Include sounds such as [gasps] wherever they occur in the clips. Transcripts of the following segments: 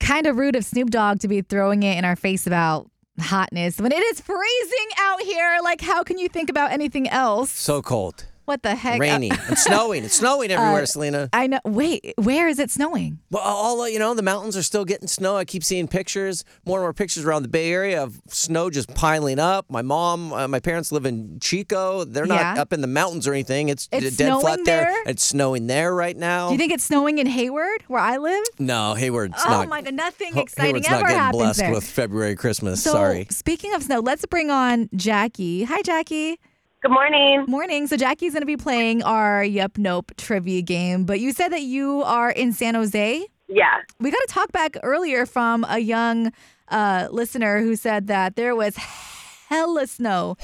Kind of rude of Snoop Dogg to be throwing it in our face about hotness when it is freezing out here. Like, how can you think about anything else? So cold. What the heck? uh, Rainy. it's snowing. It's snowing everywhere, Selena. [laughs] I know. Wait, where is it snowing? Well, all you know, the mountains are still getting snow. I keep seeing pictures, more and more pictures around the Bay Area of snow just piling up. My mom, uh, my parents live in Chico. They're not Yeah. up in the mountains or anything. It's, d- It's dead flat snowing there. there? It's snowing there right now. Do you think it's snowing in Hayward, where I live? no, Hayward's Oh not. my God, nothing Ho- exciting Hayward's ever not getting happens blessed there. with February Christmas. So, Sorry. speaking of snow, let's bring on Jackie. Hi, Jackie. Good morning. Morning. So, Jackie's going to be playing our Yep Nope trivia game, but you said that you are in San Jose. Yeah. We got a talk back earlier from a young uh, listener who said that there was hella [laughs] snow [laughs]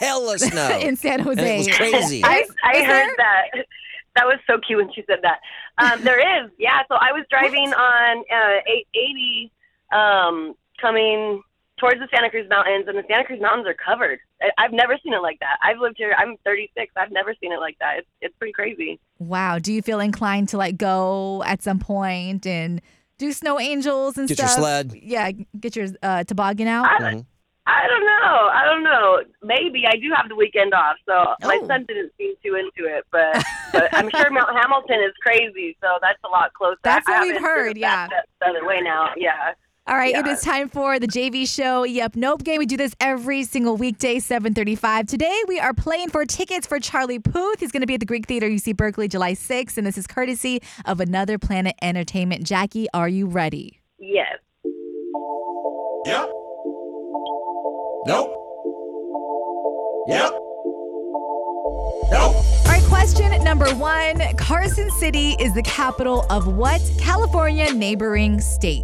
Hella snow. in San Jose. and it was crazy. I, I Is heard there- that. [laughs] That was so cute when she said that. Um, there is, yeah. So I was driving on uh, 880 um, coming towards the Santa Cruz Mountains, and the Santa Cruz Mountains are covered. I, I've never seen it like that. I've lived here. I'm 36. I've never seen it like that. It's, it's pretty crazy. Wow. Do you feel inclined to like go at some point and do snow angels and Get your stuff? sled. Yeah, get your uh, toboggan out. I, Mhm. I don't know. I don't know. Maybe I do have the weekend off, so my Oh. son didn't seem too into it. But, but I'm [laughs] sure Mount Hamilton is crazy, so that's a lot closer. That's I what we've haven't driven heard, yeah. That, that other way now, yeah. All right, it Yeah. is time for the JV show. Yep, nope game. We do this every single weekday, 7:35. Today we are playing for tickets for Charlie Puth. He's going to be at the Greek Theater, UC Berkeley, July 6th, and this is courtesy of Another Planet Entertainment. Jackie, are you ready? Yes. Yep. Nope. Yep. Nope. All right, question number one: Carson City is the capital of what California neighboring state?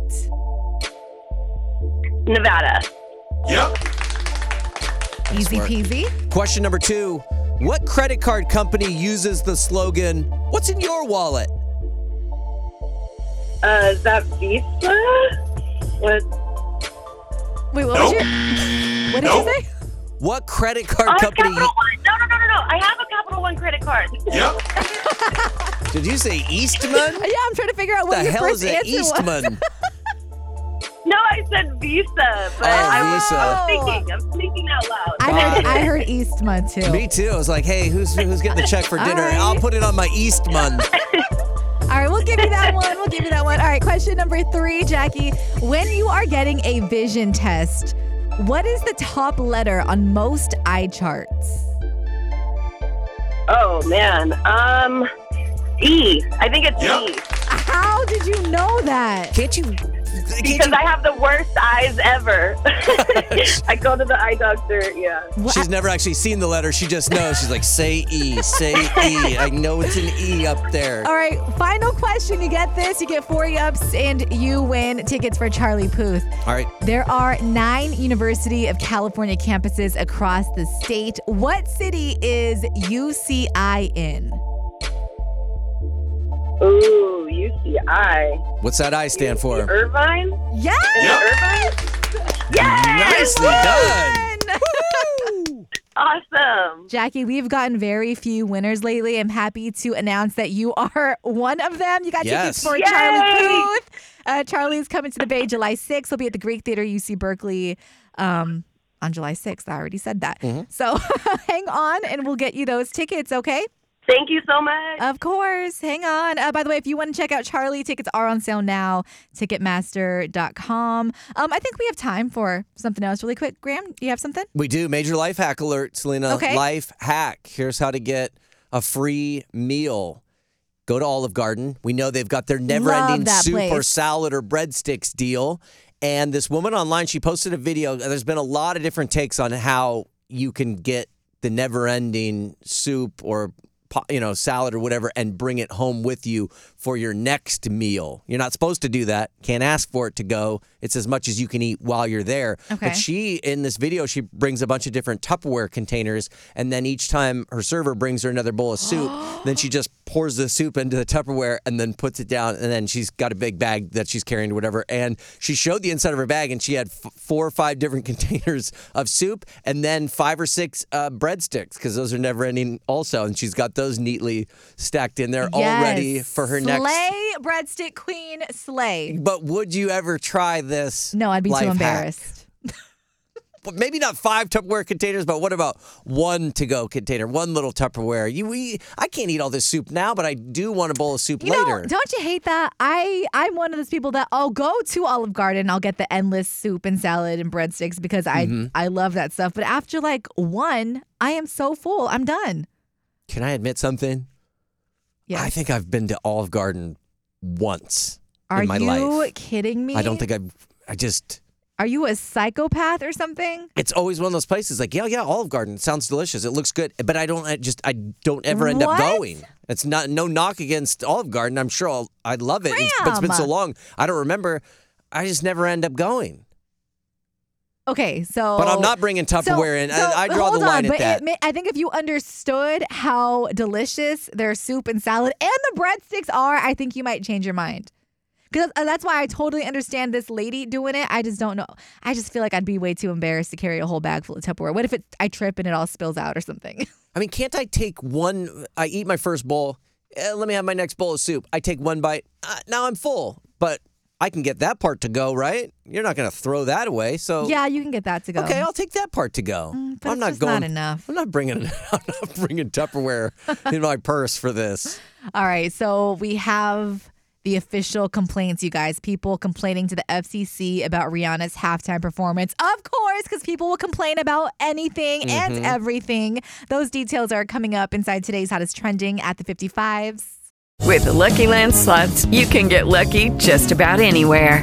Nevada. Yep. Easy work. peasy. Question number two What credit card company uses the slogan, What's in your wallet? Uh, is that Oh, Visa? Was Wait, what was Nope. your? What did Nope. you say? [laughs] What credit card oh, it's company? Capital One. No, no, no, no, no. I have a Capital One credit card. [laughs] Yep. Did you say [laughs] Eastman? Yeah, I'm trying to figure out the what your hell first is an answer was. Eastman? [laughs] No, I said Visa, but I was Visa. thinking. I'm thinking out loud. Oh, I heard, Wow. I heard Eastman too. Me too. I was like, hey, who's who's getting the check for All dinner? right. I'll put it on my [laughs] Eastman. All right, we'll give you that one. We'll give you that one. All right, question number three, Jackie. When you are getting a vision test, what is the top letter on most eye charts? oh man. Um, E. I think it's Yeah. E. How did you know that? Can't you? Can't Because you? I have the worst eyes ever. I go to the eye doctor. Yeah. What- She's never actually seen the letter. She just knows. She's like, say E, say E. I know it's an E [laughs] up there. All right, final question. You get this. You get four yups, and you win tickets for Charlie Puth. All right. There are nine University of California campuses across the state. What city is UCI in? Ooh, UCI. What's that I stand for? Irvine. Yes! Irvine. Yes. Nicely done. Awesome. Jackie, we've gotten very few winners lately. I'm happy to announce that you are [laughs] one of them. You got Yes. tickets for Yay! Charlie Puth. Uh, Charlie's coming to the Bay July 6th. He'll be at the Greek Theater, UC Berkeley, um, on July 6th. I already said that. So [laughs] hang on and we'll get you those tickets, okay? Thank you so much. Of course. Hang on. Uh, by the way, if you want to check out Charlie, tickets are on sale now, ticketmaster.com. Um, I think we have time for something else really quick. Graham, do you have something? We do. Major life hack alert, Selena. Okay. Life hack. Here's how to get a free meal. Go to Olive Garden. We know they've got their never Love ending that soup or place. salad or breadsticks deal. And this woman online, she posted a video. There's been a lot of different takes on how you can get the never ending soup or po- you know salad or whatever and bring it home with you for your next meal. You're not supposed to do that. Can't ask for it to go. It's as much as you can eat while you're there. Okay. But she, in this video, she brings a bunch of different Tupperware containers. And then each time her server brings her another bowl [gasps] of soup, then she just pours the soup into the Tupperware and then puts it down. And then she's got a big bag that she's carrying or whatever. And she showed the inside of her bag and she had f- four or five different [laughs] containers of soup and then five or six uh, breadsticks because those are never ending also. And she's got those neatly stacked in there already Yes. for her slay, next breadstick queen, slay. but would you ever try this? No, I'd be life too hack? embarrassed. But Maybe not five Tupperware containers, but what about one to-go container, one little Tupperware? You, we, I can't eat all this soup now, but I do want a bowl of soup You later. know, don't you hate that? I I'm one of those people that I'll go to Olive Garden, I'll get the endless soup and salad and breadsticks because I Mm-hmm. I love that stuff. But after like one, I am so full. I'm done. Can I admit something? Yeah. I think I've been to Olive Garden once Are in my you life. kidding me? I don't think I've. I just. Are you a psychopath or something? It's always one of those places like, yeah, yeah, Olive Garden. It sounds delicious. It looks good. But I don't I just I don't ever end What? up going. It's not no knock against Olive Garden. I'm sure I'll, I love it. It's, but it's been so Graham. long. I don't remember. I just never end up going. Okay, so But I'm not bringing So- Tupperware in. so- I, I draw the hold on, line but at that. it ma- I think if you understood how delicious their soup and salad and the breadsticks are, I think you might change your mind. Because that's why I totally understand this lady doing it. I just don't know. I just feel like I'd be way too embarrassed to carry a whole bag full of Tupperware. What if it I trip and it all spills out or something? [laughs] I mean, can't I take one? I eat my first bowl. Eh, let me have my next bowl of soup. I take one bite. Uh, now I'm full, but I can get that part to go, right? You're not going to throw that away. So yeah, you can get that to go. Oh. Okay, I'll take that part to go. but I'm it's not just not going. enough. I'm not bringing. [laughs] I'm not bringing Tupperware in my purse for this. All right, so we have the official complaints, you guys. People complaining to the FCC about Rihanna's halftime performance. Of course, because people will complain about anything and everything. Those details are coming up inside today's Hottest Trending at the 55s. With the Lucky Land slots, you can get lucky just about anywhere.